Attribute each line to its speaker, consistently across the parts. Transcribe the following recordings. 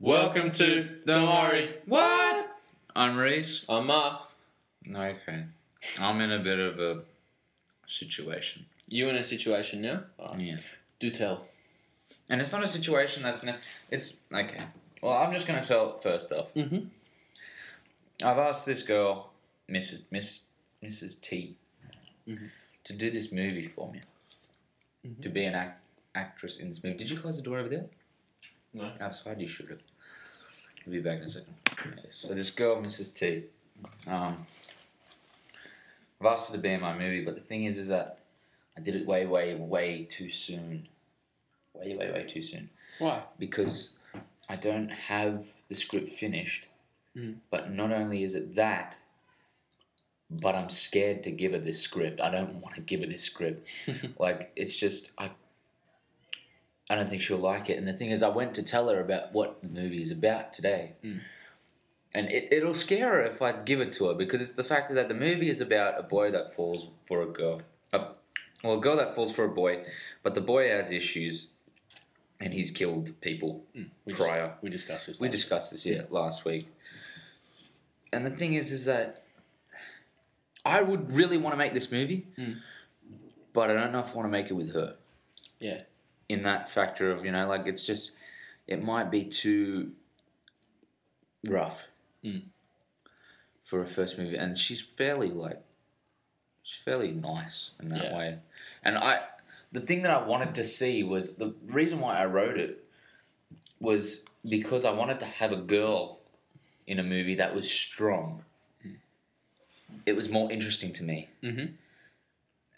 Speaker 1: Welcome to Don't Worry. What? I'm Reese.
Speaker 2: I'm uh, Mark.
Speaker 1: Okay. I'm in a bit of a situation.
Speaker 2: You in a situation now? Um,
Speaker 1: Yeah.
Speaker 2: Do tell.
Speaker 1: And it's not a situation that's. Ne- it's. Okay. Well, I'm just going to tell it first off.
Speaker 2: Mhm.
Speaker 1: I've asked this girl, Mrs. Miss, Mrs. T,
Speaker 2: Mhm.
Speaker 1: to do this movie for me. To be an act- actress in this movie. Did you close the door over there?
Speaker 2: No.
Speaker 1: Outside, you should have. We'll be back in a second. Okay, So, this girl, Mrs. T, um, I've asked her to be in my movie, but the thing is, is that I did it way, way, way too soon. Way, way, way too soon
Speaker 2: Why?
Speaker 1: because I don't have the script finished.
Speaker 2: Mm.
Speaker 1: But not only is it that, but I'm scared to give her this script. I don't want to give her this script. like it's just I. I don't think she'll like it. And the thing is, I went to tell her about what the movie is about today. And it, it'll scare her if I give it to her because it's the fact that the movie is about a boy that falls for a girl. A, well, a girl that falls for a boy, but the boy has issues and he's killed people prior.
Speaker 2: We discussed this.
Speaker 1: We discussed this yeah, last week. And the thing is, is that I would really want to make this movie, but I don't know if I want to make it with her.
Speaker 2: Yeah.
Speaker 1: In that factor of you know, like it's just, it might be too rough for a first movie, and she's fairly like, she's fairly nice in that
Speaker 2: Yeah.
Speaker 1: way. And I, the thing that I wanted to see was the reason why I wrote it was because I wanted to have a girl in a movie that was strong. It was more interesting to me.
Speaker 2: Mhm.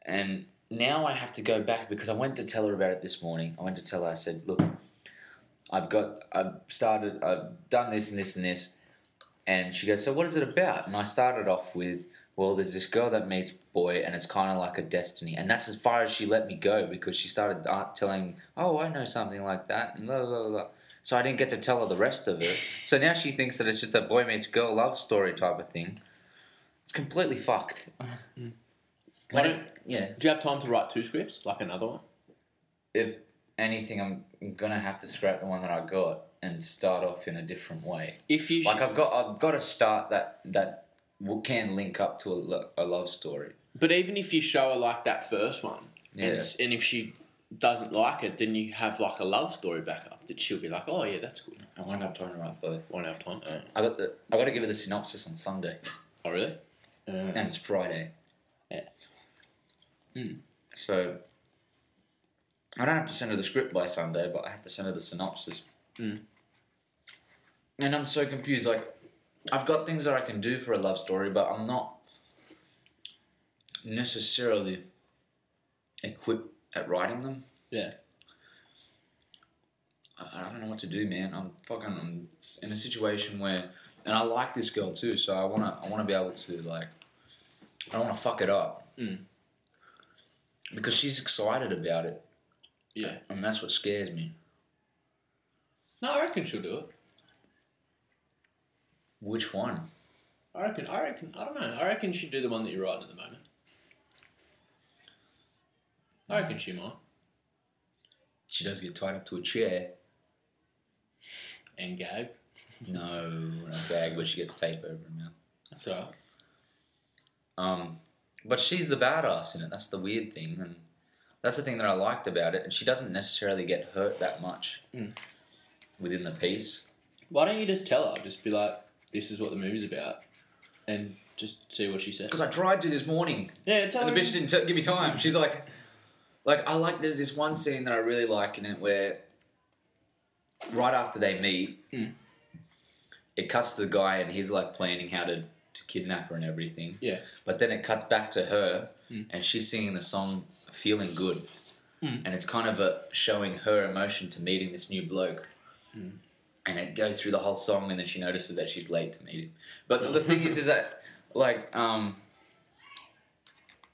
Speaker 1: And now I have to go back because I went to tell her about it this morning. I went to tell her, I said, look, I've got, I've started, I've done this and this and this. And she goes, so what is it about? And I started off with, well, there's this girl that meets boy, and it's kind of like a destiny, and that's as far as she let me go because she started uh, telling, "Oh, I know something like that," and blah blah blah. blah. So I didn't get to tell her the rest of it. so now she thinks that it's just a boy meets girl love story type of thing. It's completely fucked. When
Speaker 2: Why
Speaker 1: it- yeah.
Speaker 2: Do you have time to write two scripts, like another one?
Speaker 1: If anything, I'm gonna have to scrap the one that I got and start off in a different way.
Speaker 2: If you
Speaker 1: Like I've got, I've got to start that that w- can link up to a, lo- a love story.
Speaker 2: But even if you show her like that first one,
Speaker 1: Yeah.
Speaker 2: and, s- and if she doesn't like it, then you have like a love story backup that she'll be like, oh yeah, that's good.
Speaker 1: I wind up trying to write both.
Speaker 2: Won't have time. Oh,
Speaker 1: I got the. I got to give her the synopsis on Sunday,
Speaker 2: oh really? Uh,
Speaker 1: and it's Friday. Hmm.
Speaker 2: Yeah.
Speaker 1: So I don't have to send her the script by Sunday, but I have to send her the synopsis. Hmm. And I'm so confused. Like, I've got things that I can do for a love story, but I'm not necessarily equipped at writing them.
Speaker 2: yeah.
Speaker 1: I I don't know what to do, man. I'm fucking I'm s- in a situation where, and I like this girl too, so I wanna I wanna be able to like, I don't wanna fuck it up,
Speaker 2: Mm.
Speaker 1: because she's excited about it,
Speaker 2: Yeah.
Speaker 1: and that's what scares me.
Speaker 2: No, I reckon she'll do it.
Speaker 1: Which one?
Speaker 2: I reckon. I reckon. I don't know. I reckon she'd do the one that you're writing at the moment. I reckon she might.
Speaker 1: She does get tied up to a chair.
Speaker 2: And gagged.
Speaker 1: No, not gag, but she gets tape over her mouth.
Speaker 2: That's all right.
Speaker 1: Um, but she's the badass in it. That's the weird thing, and that's the thing that I liked about it. And she doesn't necessarily get hurt that much
Speaker 2: Mm.
Speaker 1: within the piece.
Speaker 2: Why don't you just tell her? Just be like, this is what the movie's about, and just see what she says.
Speaker 1: Because I tried to this morning.
Speaker 2: Yeah, tell her.
Speaker 1: And the bitch didn't t- give me time. She's like, like I like. There's this one scene that I really like in it where, right after they meet,
Speaker 2: Mm.
Speaker 1: it cuts to the guy and he's like planning how to to kidnap her and everything.
Speaker 2: Yeah.
Speaker 1: But then it cuts back to her and she's singing the song "Feeling Good,"
Speaker 2: Mm.
Speaker 1: and it's kind of a showing her emotion to meeting this new bloke. And it goes through the whole song, and then she notices that she's late to meet him. But the thing is, is that like um,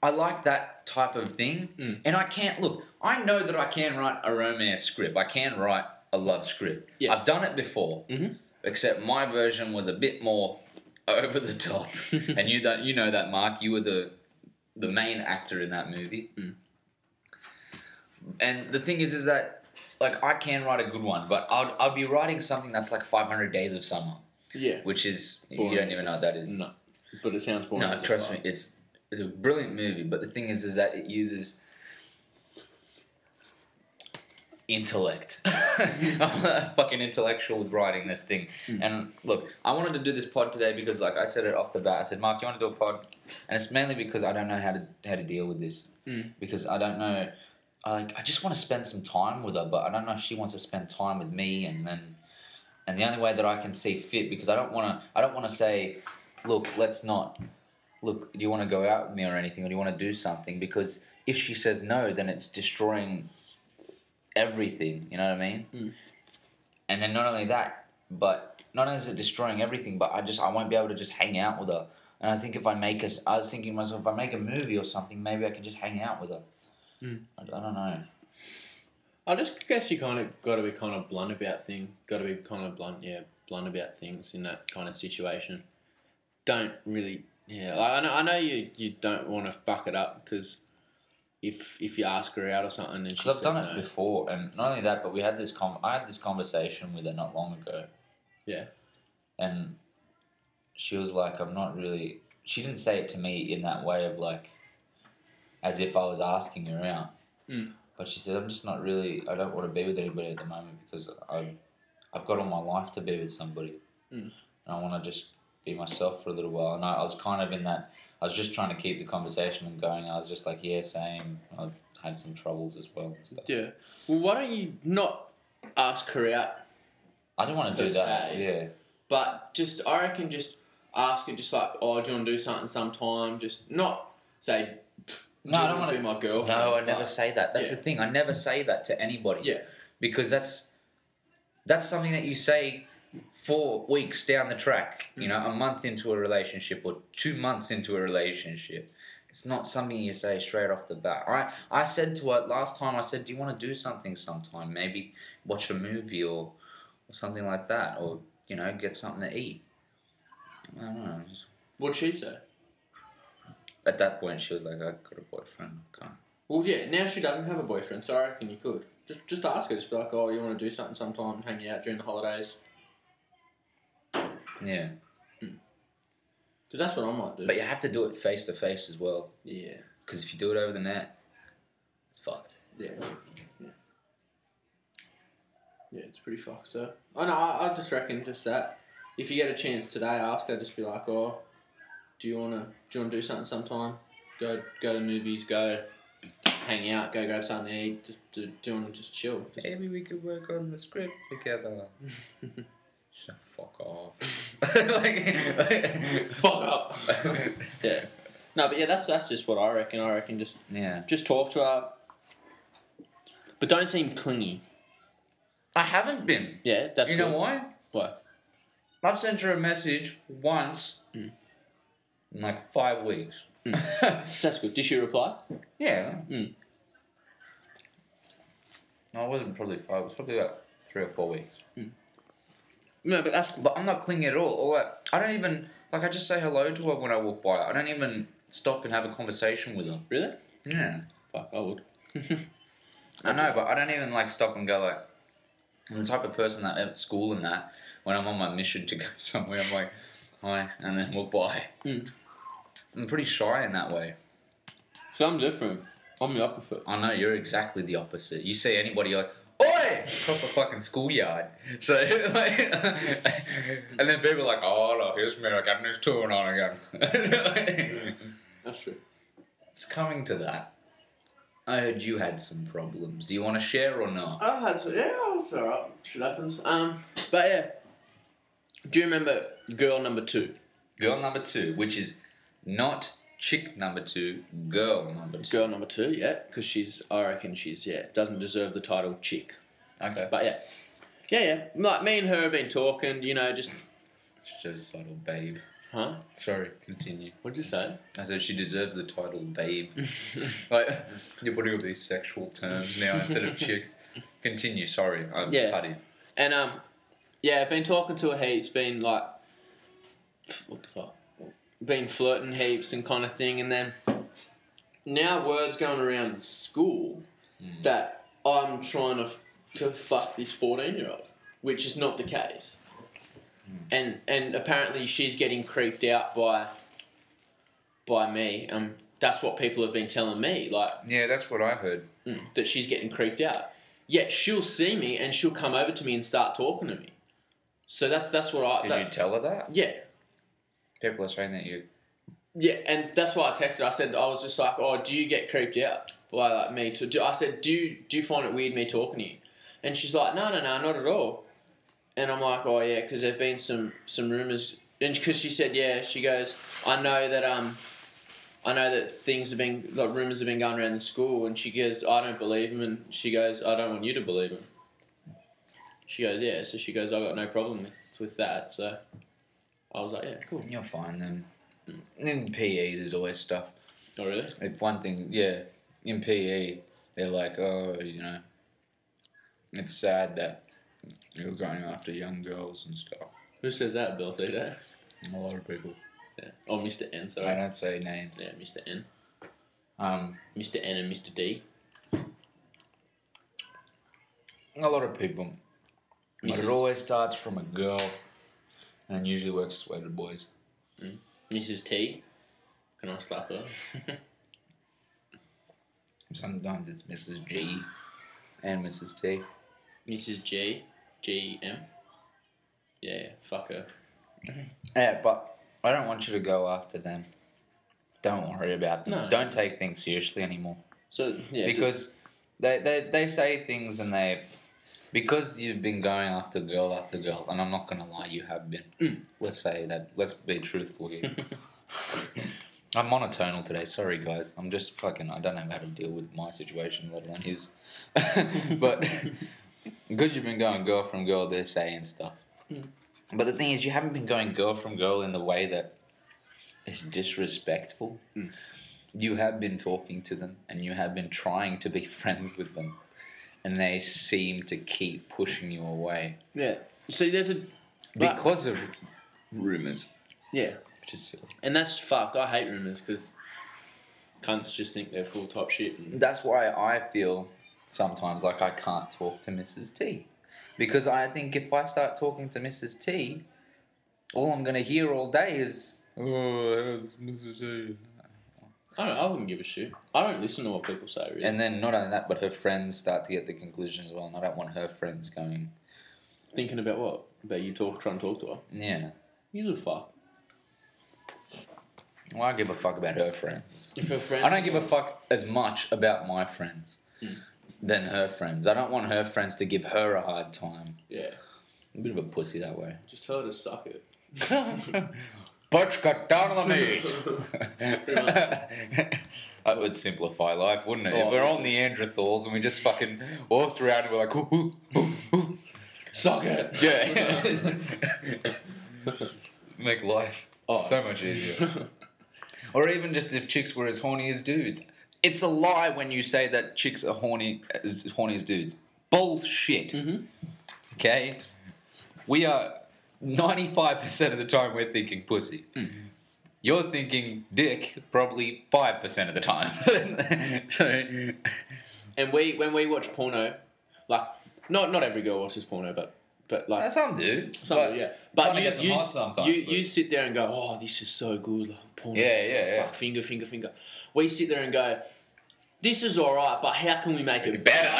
Speaker 1: I like that type of thing.
Speaker 2: Mm.
Speaker 1: And I can't look, I know that I can write a romance script. I can write a love script.
Speaker 2: Yeah.
Speaker 1: I've done it before.
Speaker 2: Mhm.
Speaker 1: Except my version was a bit more over the top. and you that you know that Mark, you were the the main actor in that movie. And the thing is is that like I can write a good one, but I'd, I'd be writing something that's like 500 Days of Summer,
Speaker 3: Yeah.
Speaker 1: which is
Speaker 3: Boring
Speaker 1: you don't even know what that is.
Speaker 3: No. But it sounds boring.
Speaker 1: No,
Speaker 3: as
Speaker 1: trust
Speaker 3: fuck.
Speaker 1: me, it's it's a brilliant movie. But the thing is, is that it uses intellect. I'm a fucking intellectual with writing this thing. And look, I wanted to do this pod today because, like I said it off the bat, I said, Mark, you want to do a pod? And it's mainly because I don't know how to how to deal with this
Speaker 3: Mm.
Speaker 1: because I don't know. I like I just want to spend some time with her, but I don't know if she wants to spend time with me, and then. And the only way that I can see fit, because I don't want to, I don't want to say, look, let's not look, do you want to go out with me or anything, or do you want to do something? Because if she says no, then it's destroying everything. You know what I mean?
Speaker 3: Mm.
Speaker 1: And then not only that, but not only is it destroying everything, but I just I won't be able to just hang out with her. And I think if I make a, I was thinking to myself, if I make a movie or something, maybe I can just hang out with her.
Speaker 3: Mm.
Speaker 1: I, I don't know.
Speaker 3: I just guess you kind of got to be kind of blunt about things. Got to be kind of blunt, yeah, blunt about things in that kind of situation. Don't really, yeah. Like, I know, I know you, you don't want to fuck it up because if if you ask her out or something and she
Speaker 1: Because I've
Speaker 3: said
Speaker 1: done it
Speaker 3: no,
Speaker 1: before, and not only that, but we had this com- I had this conversation with her not long ago.
Speaker 3: Yeah.
Speaker 1: And she was like, "I'm not really." She didn't say it to me in that way of like, as if I was asking her out.
Speaker 3: Mm.
Speaker 1: But she said, "I'm just not really. I don't want to be with anybody at the moment because I've I've got all my life to be with somebody,
Speaker 3: Mm.
Speaker 1: and I want to just be myself for a little while." And I, I was kind of in that. I was just trying to keep the conversation going. I was just like, "Yeah, same." I've had some troubles as well and stuff.
Speaker 3: yeah. Well, why don't you not ask her out?
Speaker 1: I didn't want to do
Speaker 3: Per
Speaker 1: that.
Speaker 3: se.
Speaker 1: Yeah.
Speaker 3: But just, I reckon, just ask her, just like, oh, do you want to do something sometime? Just not say,
Speaker 1: No, I don't
Speaker 3: want
Speaker 1: wanna-
Speaker 3: to be my girlfriend.
Speaker 1: No, I
Speaker 3: but-
Speaker 1: never say that. That's
Speaker 3: Yeah.
Speaker 1: the thing. I never say that to anybody.
Speaker 3: Yeah.
Speaker 1: Because that's that's something that you say four weeks down the track. You know,
Speaker 3: Mm-hmm.
Speaker 1: a month into a relationship or two months into a relationship. It's not something you say straight off the bat. I I said to her last time. I said, "Do you want to do something sometime? Maybe watch a movie or or something like that, or you know, get something to eat." I don't know.
Speaker 3: What'd she say?
Speaker 1: At that point, she was like, "I got a boyfriend. I can't."
Speaker 3: Well, yeah. Now she doesn't have a boyfriend, so I reckon you could just just ask her. Just be like, oh, you want to do something sometime, hang out during the holidays?
Speaker 1: Yeah.
Speaker 3: Because that's what I might do.
Speaker 1: But you have to do it face to face as well.
Speaker 3: yeah,
Speaker 1: Because if you do it over the net, it's fucked.
Speaker 3: yeah, yeah. Yeah, it's pretty fucked. So I know. I, I just reckon just that. If you get a chance today, ask her. Just be like, oh, do you wanna do you wanna do something sometime? Go go to movies. Go hang out. Go grab something to eat. Just do, do you wanna just chill? Just-
Speaker 1: Maybe we could work on the script together. Shut the fuck off.
Speaker 3: Fuck up. yeah. No, but yeah, that's that's just what I reckon. I reckon just
Speaker 1: yeah.
Speaker 3: Just talk to her. But don't seem clingy.
Speaker 1: I haven't been.
Speaker 3: Yeah, that's
Speaker 1: You know why?
Speaker 3: What?
Speaker 1: I've sent her a message once in like five weeks.
Speaker 3: That's good. Did she reply?
Speaker 1: yeah.
Speaker 3: Mm.
Speaker 1: No, it wasn't probably five. It was probably about three or four weeks.
Speaker 3: No, but that's
Speaker 1: But I'm not clingy at all. All I, I don't even like. I just say hello to her when I walk by. I don't even stop and have a conversation with her.
Speaker 3: really.
Speaker 1: Yeah,
Speaker 3: Fuck, I would.
Speaker 1: I know, but I don't even like stop and go like. I'm the type of person that at school and that when I'm on my mission to go somewhere, I'm like, hi, and then walk by.
Speaker 3: Mm.
Speaker 1: I'm pretty shy in that way.
Speaker 3: So I'm different. I'm the opposite.
Speaker 1: I know you're exactly the opposite. You see anybody, you're like, oi, across the fucking schoolyard. So, like, and then people are like, oh, look, here's me, I'm this touring on again.
Speaker 3: That's true.
Speaker 1: It's coming to that. I heard you had some problems. Do you want to share or not?
Speaker 3: I had to. Yeah, it's alright. Shit happens. Um, but yeah. Do you remember girl number two?
Speaker 1: Girl number two, which is not chick number two, girl number two.
Speaker 3: Girl number two, yeah, because she's. I reckon she's yeah doesn't deserve the title chick.
Speaker 1: Okay.
Speaker 3: But yeah, yeah, yeah. Like me and her have been talking. You know, just
Speaker 1: She deserves the title babe.
Speaker 3: huh?
Speaker 1: Sorry, continue.
Speaker 3: What'd you say?
Speaker 1: I said she deserves the title babe. like, you're putting all these sexual terms now instead of chick. Continue, sorry, I'm
Speaker 3: Yeah.
Speaker 1: putty.
Speaker 3: And um, yeah, I've been talking to her heaps, been like, what the fuck, been flirting heaps and kind of thing, and then now words going around school that I'm trying to to fuck this 14 year old, which is not the case. And and apparently she's getting creeped out by by me. Um, that's what people have been telling me, like
Speaker 1: Yeah, that's what I heard.
Speaker 3: mm, that she's getting creeped out. Yet she'll see me and she'll come over to me and start talking to me. So that's that's what I
Speaker 1: Did
Speaker 3: that-
Speaker 1: you tell her that?
Speaker 3: yeah
Speaker 1: People are saying that you.
Speaker 3: yeah, and that's why I texted. her. I said I was just like, oh, do you get creeped out by like me? To do, I said, do you, do you find it weird me talking to you? And she's like, no, no, no, not at all. And I'm like, oh yeah, because there've been some some rumors, and because she said yeah, she goes, I know that um, I know that things have been like rumors have been going around the school, and she goes, I don't believe them, and she goes, I don't want you to believe them. She goes, yeah, so she goes, I got no problem with, with that. So I was like, yeah, cool.
Speaker 1: You're fine then. In PE, there's always stuff.
Speaker 3: Oh really?
Speaker 1: If one thing, yeah, in PE, they're like, oh, you know, it's sad that you're going after young girls and stuff.
Speaker 3: Who says that, Bill? Say that.
Speaker 1: A lot of people.
Speaker 3: Yeah. Oh, Mr. N,
Speaker 1: I
Speaker 3: sorry.
Speaker 1: don't say names.
Speaker 3: Yeah, Mr. N.
Speaker 1: Um,
Speaker 3: Mr. N and Mr. D.
Speaker 1: a lot of people. But it
Speaker 3: Mrs.
Speaker 1: always starts from a girl and usually works its way to boys.
Speaker 3: Mrs. T. Can I slap her?
Speaker 1: Sometimes it's Mrs. G and Mrs. T.
Speaker 3: Mrs. G. G E M. Yeah, fuck her.
Speaker 1: Yeah, but I don't want you to go after them. Don't worry about them.
Speaker 3: No.
Speaker 1: Don't take things seriously anymore.
Speaker 3: So, yeah.
Speaker 1: because they, they, they say things and they. Because you've been going after girl after girl, and I'm not going to lie, you have been. Let's say that. Let's be truthful here. I'm monotonal today. Sorry, guys. I'm just fucking. I don't know how to deal with my situation, let alone his. but because you've been going girl from girl, they're saying stuff. But the thing is, you haven't been going girl from girl in the way that is disrespectful. You have been talking to them, and you have been trying to be friends with them, and they seem to keep pushing you away
Speaker 3: yeah. See, there's a. Right.
Speaker 1: because of rumors,
Speaker 3: Yeah.
Speaker 1: which is silly.
Speaker 3: And that's fucked. I hate rumors because cunts just think they're full top shit. And,
Speaker 1: that's why I feel sometimes like I can't talk to Mrs. T. Because I think if I start talking to Mrs. T, all I'm going to hear all day is, oh, that was Mrs. T.
Speaker 3: I don't know, I wouldn't give a shit. I don't listen to what people say, really.
Speaker 1: And then not only that, but her friends start to get the conclusion as well, and I don't want her friends going,
Speaker 3: Thinking about what? About you talk, trying to talk to her.
Speaker 1: yeah.
Speaker 3: You the fuck.
Speaker 1: Well, I give a fuck about her friends.
Speaker 3: If a friend.
Speaker 1: I don't give a fuck as much about my friends than her friends. I don't want her friends to give her a hard time.
Speaker 3: Yeah.
Speaker 1: A bit of a pussy that way.
Speaker 3: Just tell her to suck it.
Speaker 1: Butch got down on the knees. that would simplify life, wouldn't it?
Speaker 3: Oh.
Speaker 1: if we're all Neanderthals and we just fucking walked around and we're like, ooh, ooh, ooh, ooh.
Speaker 3: Suck it!
Speaker 1: yeah. Make life
Speaker 3: Oh.
Speaker 1: so much easier. or even just if chicks were as horny as dudes. It's a lie when you say that chicks are horny as horny as dudes. Bullshit. Okay? We are 95% of the time we're thinking pussy. You're thinking dick probably 5% of the time. so,
Speaker 3: And we when we watch porno, like not not every girl watches porno, but but like
Speaker 1: some do.
Speaker 3: some
Speaker 1: but-
Speaker 3: do, yeah.
Speaker 1: trying
Speaker 3: But
Speaker 1: to
Speaker 3: you
Speaker 1: get them
Speaker 3: you,
Speaker 1: hot sometimes,
Speaker 3: you,
Speaker 1: but-
Speaker 3: you sit there and go, oh, this is so good, like, porno.
Speaker 1: Yeah, yeah,
Speaker 3: fuck,
Speaker 1: yeah.
Speaker 3: fuck, Finger, finger, finger. We sit there and go, this is all right, but how can we make it
Speaker 1: better.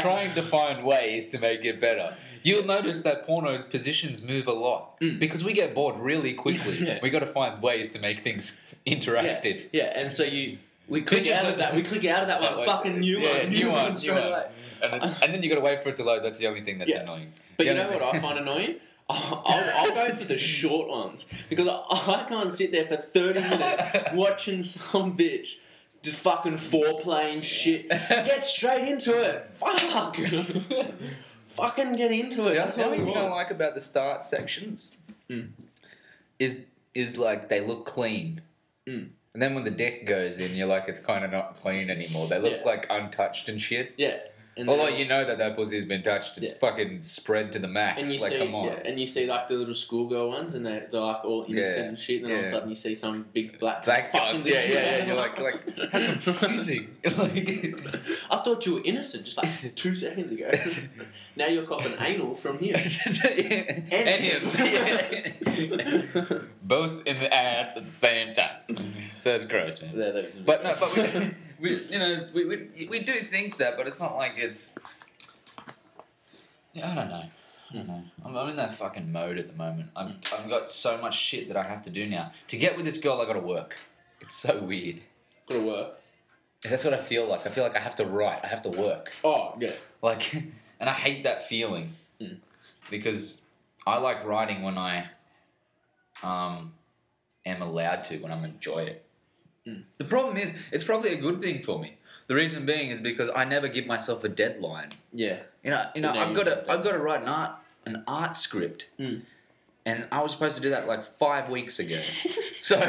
Speaker 1: Trying to find ways to make it better. You'll notice that porno's positions move a lot because we get bored really quickly.
Speaker 3: Mm. Yeah.
Speaker 1: We got to find ways to make things
Speaker 3: Yeah,
Speaker 1: interactive.
Speaker 3: yeah, and so you we click
Speaker 1: just
Speaker 3: out of
Speaker 1: like-
Speaker 3: that, we click out of that
Speaker 1: That way.
Speaker 3: like fucking new
Speaker 1: Yeah,
Speaker 3: one, new one straight away.
Speaker 1: And, it's, and then you got to wait for it to load. That's the only thing that's
Speaker 3: Yeah.
Speaker 1: annoying.
Speaker 3: But you
Speaker 1: The
Speaker 3: know
Speaker 1: only
Speaker 3: what I
Speaker 1: thing-
Speaker 3: find annoying? I'll, I'll, I'll go for the short ones because I, I can't sit there for 30 minutes watching some bitch just fucking foreplaying shit. Get straight into it. Fuck. fucking get into it.
Speaker 1: That's the
Speaker 3: what
Speaker 1: only
Speaker 3: we
Speaker 1: thing I
Speaker 3: want.
Speaker 1: like about the start sections
Speaker 3: Hmm.
Speaker 1: is is like they look clean.
Speaker 3: Hmm.
Speaker 1: And then when the deck goes in, you're like, it's kind of not clean anymore. They look
Speaker 3: Yeah.
Speaker 1: like untouched and shit.
Speaker 3: Yeah. And
Speaker 4: Although
Speaker 3: then-
Speaker 4: you know that that pussy's been touched, it's
Speaker 3: Yeah.
Speaker 4: fucking spread to the max.
Speaker 3: and you
Speaker 4: like,
Speaker 3: see,
Speaker 4: come on.
Speaker 3: yeah, and you see like the little schoolgirl ones, and they're, they're like all innocent
Speaker 4: Yeah,
Speaker 3: and shit. And then all of a
Speaker 4: yeah.
Speaker 3: sudden, you see some big black
Speaker 4: Black guy.
Speaker 3: fucking
Speaker 4: Yeah,
Speaker 3: the shit
Speaker 4: yeah, yeah.
Speaker 3: out
Speaker 4: You're
Speaker 3: of
Speaker 4: like,
Speaker 3: them.
Speaker 4: like, how confusing. like,
Speaker 3: I thought you were innocent just like two seconds ago. now you're copping anal from here.
Speaker 4: and, him.
Speaker 3: Yeah.
Speaker 4: Both in the ass at the same time. So that's gross, man.
Speaker 2: Yeah, that's-
Speaker 4: But no, but we, we you know, we, we, we do think that, but it's not like it's.
Speaker 1: Yeah, I don't know. I don't know. I'm, I'm in that fucking mode at the moment. I'm, I've got so much shit that I have to do now. To get with this girl, I gotta work. It's so weird.
Speaker 3: Gotta work.
Speaker 1: That's what I feel like. I feel like I have to write. I have to work.
Speaker 3: Oh yeah.
Speaker 1: Like, and I hate that feeling
Speaker 4: Hmm.
Speaker 3: Mm.
Speaker 1: because I like writing when I um, am allowed to, when I'm enjoy it.
Speaker 4: Hmm. The problem is, it's probably a good thing for me. The reason being is because I never give myself a deadline.
Speaker 3: Yeah.
Speaker 1: You know, you know,
Speaker 3: No,
Speaker 1: I've
Speaker 3: you
Speaker 1: got
Speaker 3: don't.
Speaker 1: to, I've got to write an art, an art script,
Speaker 2: Hmm.
Speaker 3: Mm.
Speaker 1: and I was supposed to do that like five weeks ago. so,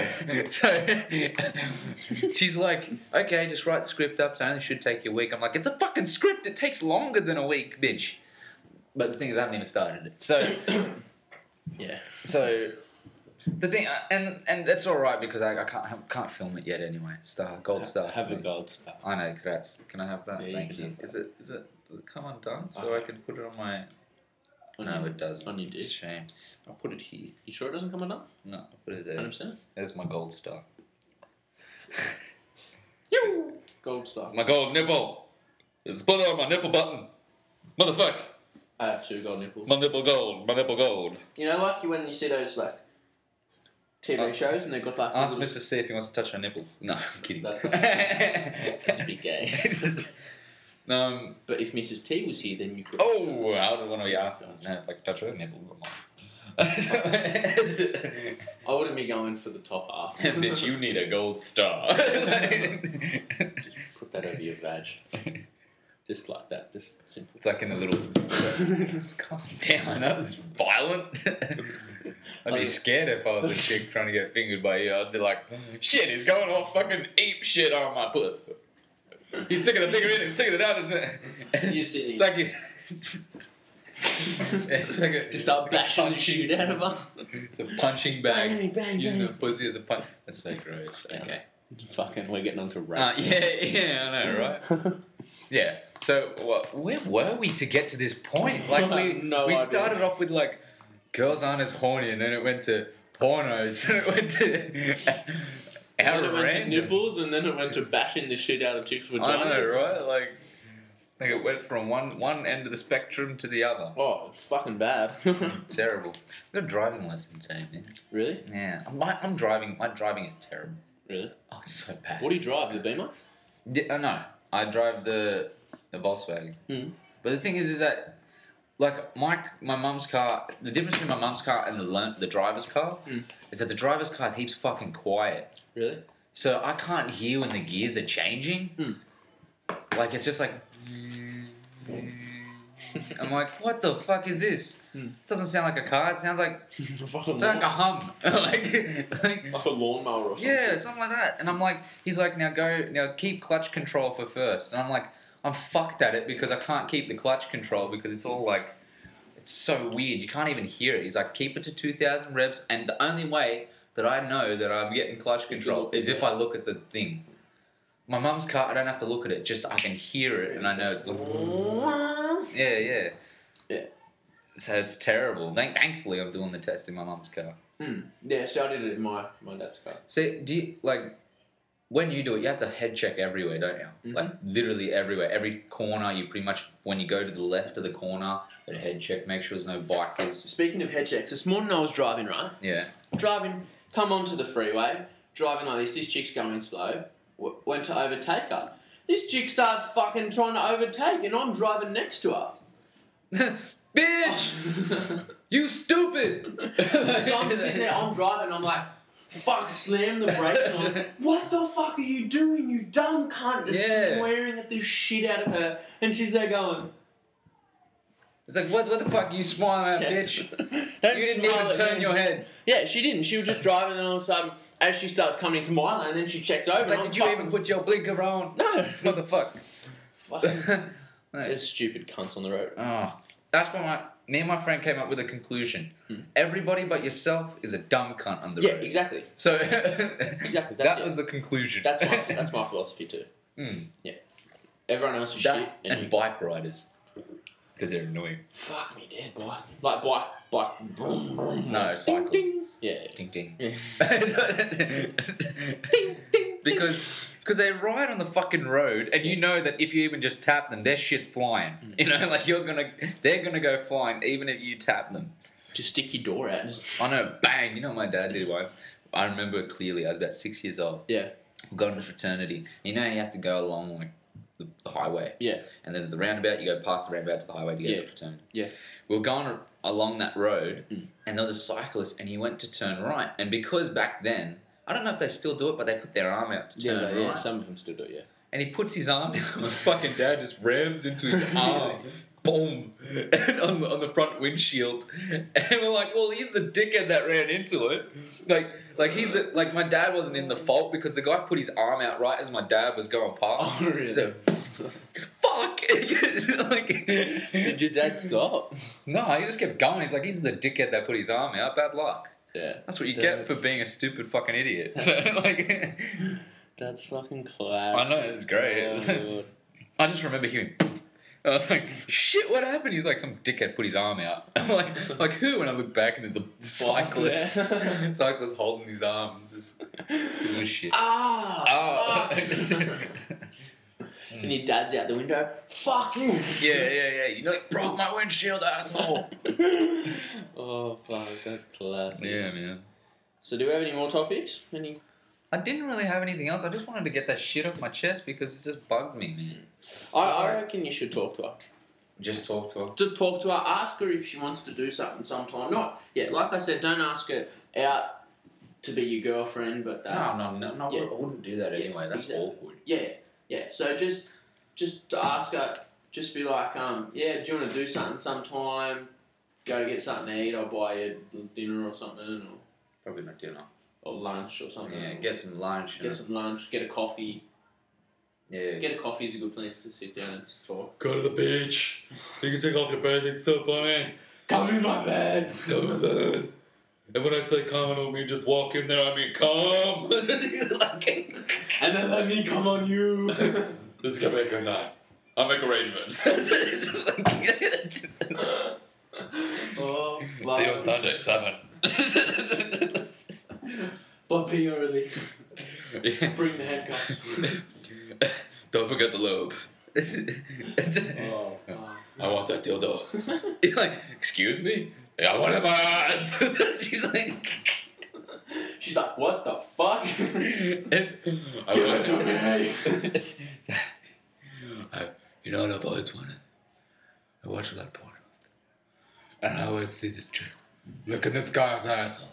Speaker 1: so she's like, okay, just write the script up. So it only should take you a week. I'm like, it's a fucking script. It takes longer than a week, bitch. But the thing is, I haven't even started it. So,
Speaker 3: Yeah.
Speaker 1: so the thing, uh, and and that's all right because I, I can't I can't film it yet anyway. Star, gold star.
Speaker 2: Have a gold star.
Speaker 1: I know, congrats. Can I have that?
Speaker 2: Yeah, you
Speaker 1: Thank
Speaker 2: can
Speaker 1: you.
Speaker 2: have
Speaker 1: Is it is it does it come undone so
Speaker 2: Oh,
Speaker 1: I can put it on my?
Speaker 2: On
Speaker 1: no,
Speaker 3: Mm.
Speaker 2: your-
Speaker 1: it doesn't.
Speaker 2: on your
Speaker 1: It's a
Speaker 2: dick.
Speaker 1: shame. I'll put it here.
Speaker 3: You sure it doesn't come enough?
Speaker 1: No, I'll put it there.
Speaker 3: Hundred percent.
Speaker 1: There's my gold star.
Speaker 3: Gold star.
Speaker 4: My gold nipple. It's put on my nipple button. Motherfucker.
Speaker 3: I have two gold nipples.
Speaker 4: My nipple gold. My nipple gold.
Speaker 3: You know, like you when you see those like TV shows and they've got like
Speaker 1: Ask
Speaker 3: little-
Speaker 1: Mr. C if he wants to touch my nipples. No, I'm kidding.
Speaker 3: That's-
Speaker 1: That's
Speaker 3: to be gay.
Speaker 1: um,
Speaker 3: But if Mrs. T was here, then you could.
Speaker 1: oh, I would want to be asked no, if I could touch her nipple. Come on.
Speaker 3: I wouldn't be going for the top half.
Speaker 4: Bitch, you need a gold star.
Speaker 3: Just put that over your vag. Just like that, just simple.
Speaker 4: it's like in the little.
Speaker 1: Calm
Speaker 4: Damn, that was violent. I'd be scared if I was a chick trying to get fingered by you. I'd be like, shit, he's going all fucking ape shit on my puss. He's sticking a finger in, he's sticking it out.
Speaker 3: You're
Speaker 4: It's,
Speaker 3: sitting
Speaker 4: it's like you. it's like a,
Speaker 3: You start
Speaker 4: it's like a
Speaker 3: bashing the
Speaker 4: punching-
Speaker 3: shit out of her.
Speaker 4: It's a punching bag.
Speaker 3: bang,
Speaker 4: Using the pussy as a punch. That's so gross.
Speaker 3: Yeah.
Speaker 4: Okay.
Speaker 2: Fucking, we're getting onto rape.
Speaker 4: Uh, yeah, Ah, yeah, I know, right? Yeah. So wha- where were we to get to this point? Like
Speaker 3: I
Speaker 4: we
Speaker 3: have no
Speaker 4: we
Speaker 3: idea.
Speaker 4: started off with like girls aren't as horny, and then it went to pornos, then it went to
Speaker 3: Then it
Speaker 4: how
Speaker 3: went to
Speaker 4: random.
Speaker 3: nipples, and then it went to bashing the shit out of chicks' vaginas.
Speaker 4: I know, right? Like like it went from one one end of the spectrum to the other.
Speaker 3: Oh, it's fucking bad.
Speaker 1: Terrible. Got a driving lesson today, man.
Speaker 3: really?
Speaker 1: Yeah, my, I'm driving. My driving is terrible.
Speaker 3: Really?
Speaker 1: Oh, it's so bad.
Speaker 3: What do you drive? The Beamer?
Speaker 1: Yeah, uh, no, I drive the the Volkswagen.
Speaker 3: Hmm.
Speaker 1: But the thing is, is that like my my mum's car. The difference between my mum's car and the learn, the driver's car is that the driver's car keeps fucking quiet,
Speaker 3: Really?
Speaker 1: so I can't hear when the gears are changing. Like it's just like. I'm like, what the fuck is this? It doesn't sound like a car. It sounds like it
Speaker 3: fucking
Speaker 1: sounds like a hum. like, like
Speaker 3: Like a lawnmower or something.
Speaker 1: yeah, something like that. And I'm like, he's like, now go, now keep clutch control for first. And I'm like, I'm fucked at it because I can't keep the clutch control because it's all like, it's so weird. You can't even hear it. He's like, keep it to 2,000 reps. And the only way that I know that I'm getting clutch control
Speaker 3: look at
Speaker 1: is if I look at the thing. My mum's car, I don't have to look at it, just I can hear it and I know it's. Yeah, yeah.
Speaker 3: Yeah.
Speaker 1: So it's terrible. Thank- Thankfully, I'm doing the test in my mum's car.
Speaker 3: Mm. Yeah, so I did it in my, my dad's car.
Speaker 1: See, do you like when you do it? You have to head check everywhere, don't you?
Speaker 3: Mhm.
Speaker 1: Like literally everywhere, every corner. You pretty much when you go to the left of the corner, a head check, make sure there's no bikers.
Speaker 3: Speaking of head checks, this morning I was driving, right?
Speaker 1: Yeah,
Speaker 3: driving, come onto the freeway, driving like this. This chick's going slow. W- went to overtake her. This chick starts fucking trying to overtake, and I'm driving next to her.
Speaker 1: bitch, you stupid.
Speaker 3: so I'm sitting there, I'm driving, I'm like, fuck, slam the brakes on. What the fuck are you doing, you dumb cunt? Just
Speaker 1: Yeah.
Speaker 3: swearing at the shit out of her. And she's there going,
Speaker 1: It's like what? What the fuck? You smiling at,
Speaker 3: Yeah.
Speaker 1: bitch?
Speaker 3: Don't
Speaker 1: You didn't
Speaker 3: smile
Speaker 1: even
Speaker 3: at
Speaker 1: turn
Speaker 3: me."
Speaker 1: your head.
Speaker 3: Yeah, she didn't. She was just driving, and all of a sudden, as she starts coming into my lane, then she checks over. and
Speaker 1: Like,
Speaker 3: I'm
Speaker 1: did you even
Speaker 3: fucking-
Speaker 1: put your blinker on?
Speaker 3: No.
Speaker 1: Motherfuck.
Speaker 3: Fucking-
Speaker 1: Like,
Speaker 3: There's stupid cunts on the road.
Speaker 1: oh, that's why my me and my friend came up with a conclusion. Everybody but yourself is a dumb cunt on the
Speaker 3: Hmm. Yeah,
Speaker 1: road.
Speaker 3: exactly.
Speaker 1: So
Speaker 3: Exactly, that's
Speaker 1: that
Speaker 3: it.
Speaker 1: was the conclusion.
Speaker 3: That's my that's my philosophy too.
Speaker 1: Mm.
Speaker 3: Yeah, everyone else is shit,
Speaker 1: That
Speaker 3: and,
Speaker 1: and
Speaker 3: you,
Speaker 1: bike riders because they're annoying.
Speaker 3: fuck me dead, boy. Like bike, bike, vroom, vroom.
Speaker 1: No cyclists.
Speaker 3: Yeah,
Speaker 1: Ding ding.
Speaker 3: yeah.
Speaker 1: because because they ride on the fucking road, and you know that if you even just tap them, their shit's flying.
Speaker 3: Mm.
Speaker 1: You know, like you're gonna, they're gonna go flying even if you tap them.
Speaker 3: Just stick your door out.
Speaker 1: I know, bang. You know, what my dad did once. I remember it clearly. I was about six years old.
Speaker 3: Yeah.
Speaker 1: We got in the fraternity. You know, you have to go along like the, the highway.
Speaker 3: Yeah.
Speaker 1: And there's the roundabout. You go past the roundabout to the highway to get to the
Speaker 3: Yeah.
Speaker 1: fraternity.
Speaker 3: Yeah.
Speaker 1: We were going a- along that road,
Speaker 3: Mm.
Speaker 1: and there was a cyclist, and he went to turn right. And because back then, I don't know if they still do it, but they put their arm out to
Speaker 3: Yeah,
Speaker 1: turn
Speaker 3: yeah,
Speaker 1: right.
Speaker 3: yeah, some of them still do. it, Yeah.
Speaker 1: And he puts his arm out, and my fucking dad just rams into his
Speaker 3: Oh,
Speaker 1: arm. Boom! And on, the, on the front windshield, and we're like, "Well, he's the dickhead that ran into it." Like, like he's the, like my dad wasn't in the fault because the guy put his arm out right as my dad was going past.
Speaker 3: Oh, really?
Speaker 1: So, fuck! like,
Speaker 3: Did your dad stop?
Speaker 1: no, he just kept going. He's like, "He's the dickhead that put his arm out. Bad luck."
Speaker 3: yeah.
Speaker 1: That's what you get
Speaker 3: That's-
Speaker 1: for being a stupid fucking idiot. So, like,
Speaker 3: That's fucking class. Oh,
Speaker 1: I know it's great. I just remember hearing. "Poof." I was like, "Shit, what happened?" He's like, "Some dickhead put his arm out." I'm like, "Like who?" And I look back, and there's a cyclist,
Speaker 3: there.
Speaker 1: cyclist holding his arms. Just sort of shit.
Speaker 3: Ah.
Speaker 1: Oh.
Speaker 3: fuck. and your dad's out the window. Fuck you.
Speaker 1: yeah, yeah, yeah. You like broke my windshield, asshole.
Speaker 3: oh fuck, that's classic.
Speaker 1: yeah, man.
Speaker 3: So do we have any more topics? Any?
Speaker 1: I didn't really have anything else. I just wanted to get that shit off my chest because it just bugged me, man.
Speaker 3: I, I reckon you should talk to her.
Speaker 1: Just talk to her.
Speaker 3: To talk to her, ask her if she wants to do something sometime. Not yeah, like I said, don't ask her out to be your girlfriend, but uh,
Speaker 1: No, no, no, no.
Speaker 3: Yeah.
Speaker 1: I wouldn't do that
Speaker 3: Yeah,
Speaker 1: anyway. That's
Speaker 3: exactly.
Speaker 1: awkward.
Speaker 3: Yeah, yeah. So just just to ask her, just be like, um, yeah, do you want to do something sometime? Go get something to eat. I'll buy you dinner or something,
Speaker 1: Probably not dinner.
Speaker 3: or, or lunch or something.
Speaker 1: Yeah, get some lunch.
Speaker 3: Get some lunch. Get a coffee.
Speaker 1: yeah.
Speaker 3: Get a coffee is a good place to sit down and talk.
Speaker 5: Go to the beach. You can take off your bed. It's so funny.
Speaker 3: Come in my bed.
Speaker 5: Come in bed. And when I say come, I don't mean just walk in there. I mean come.
Speaker 3: And then let me come on you.
Speaker 5: This is gonna be a good night. I'll make arrangements.
Speaker 3: oh,
Speaker 5: See you on
Speaker 3: love.
Speaker 5: Sunday at seven.
Speaker 3: But be early.
Speaker 1: Yeah.
Speaker 3: Bring the handcuffs.
Speaker 5: Don't forget the lube.
Speaker 3: Oh, fuck.
Speaker 5: I want that dildo.
Speaker 1: You're like, excuse me?
Speaker 5: Yeah, I want it in my eyes.
Speaker 1: She's like,
Speaker 3: She's like, what the fuck?
Speaker 1: and,
Speaker 5: I
Speaker 3: Give it
Speaker 5: want it.
Speaker 3: to me.
Speaker 5: I, you know what I've always wanted? I watch a lot of porn. And I always see this chick. Look at this guy's asshole.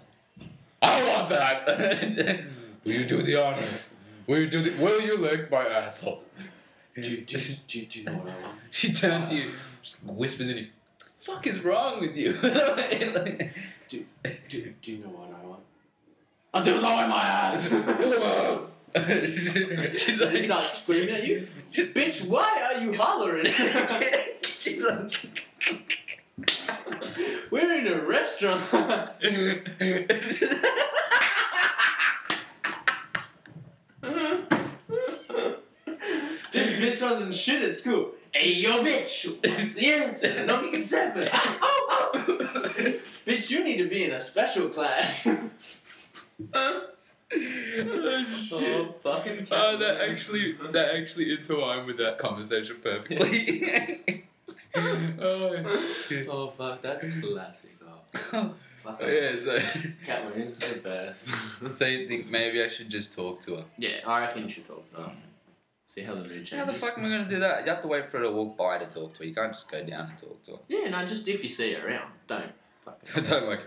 Speaker 5: I want that! will you do the honors? Will you do the, Will you lick my asshole?
Speaker 3: do, you- do, you- do, you- do you know what I want?
Speaker 1: she turns to you, just whispers in you, the fuck is wrong with you? Like,
Speaker 3: Do, do, do you know what I want? I do know in my ass!
Speaker 1: she's
Speaker 3: they
Speaker 1: like,
Speaker 3: start screaming at you. Bitch, why are you hollering?
Speaker 1: she's like,
Speaker 3: We're in a restaurant. this bitch wasn't shit at school. Hey, yo, bitch! What's the answer? Number seven. Oh, oh. bitch, you need to be in a special class.
Speaker 1: oh, shit.
Speaker 3: Oh, fucking
Speaker 1: Oh, that actually, that actually intertwined with that conversation perfectly. oh,
Speaker 3: Oh, fuck, that's classic. Oh, fuck.
Speaker 1: yeah, so,
Speaker 3: Cat Williams is the best.
Speaker 1: so you think maybe I should just talk to her?
Speaker 3: yeah, I reckon you should talk to her. See how the mood changes.
Speaker 1: How the fuck am I gonna do that? You have to wait for her to walk by to talk to her. You can't just go down and talk to her.
Speaker 3: Yeah, no, just if you see her around, don't fucking.
Speaker 1: I don't like.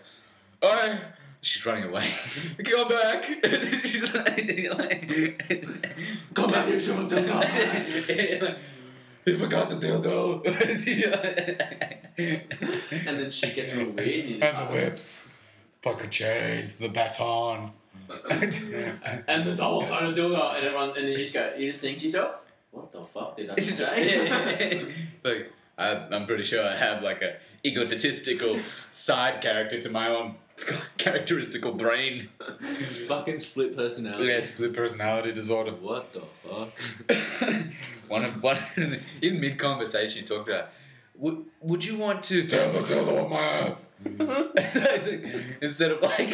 Speaker 1: Oh, she's running away. Come back. she's like,
Speaker 3: Come back here, show them
Speaker 5: He forgot the dildo.
Speaker 3: And then she gets real weird. And, you just
Speaker 5: And the
Speaker 3: like,
Speaker 5: whips. Fucking chains. The baton.
Speaker 3: "Oh, and the doll's on a dildo, and everyone, and then you just go, you just think to yourself, What the fuck did I say?
Speaker 1: like, I, I'm pretty sure I have like a egotistical side character to my own characteristical brain.
Speaker 3: Fucking split personality.
Speaker 1: Yeah, split personality disorder.
Speaker 3: What the fuck?
Speaker 1: one of one in mid conversation you talked about. Would, would you want to tell the girl on my ass? Mm. Instead of like,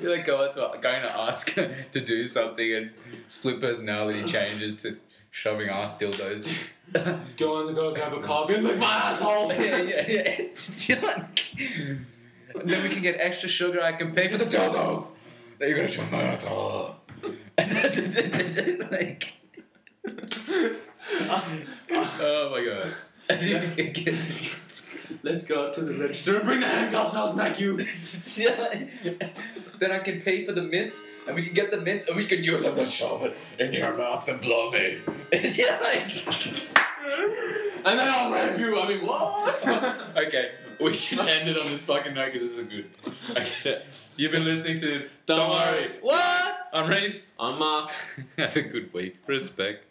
Speaker 1: you're like going to, going to ask her to do something and split personality changes to shoving ass dildos. yeah,
Speaker 3: Go on the go grab a coffee and lick my asshole.
Speaker 1: yeah, yeah. You're like, then we can get extra sugar. I can pay for the dildos that you're gonna shove my asshole. like, oh my god.
Speaker 3: Let's go up to the register and bring the handcuffs and I'll smack you.
Speaker 1: then I can pay for the mints, and we can get the mints, and we can use them to shove it in your mouth and blow me. yeah,
Speaker 3: And then I'll rape you. I mean, what?
Speaker 1: like, okay, we should end it on this fucking note because this is good. Okay. You've been listening to Don't, Worry.
Speaker 6: What?
Speaker 1: I'm Reese.
Speaker 3: I'm Mark.
Speaker 1: Have a good week. Respect.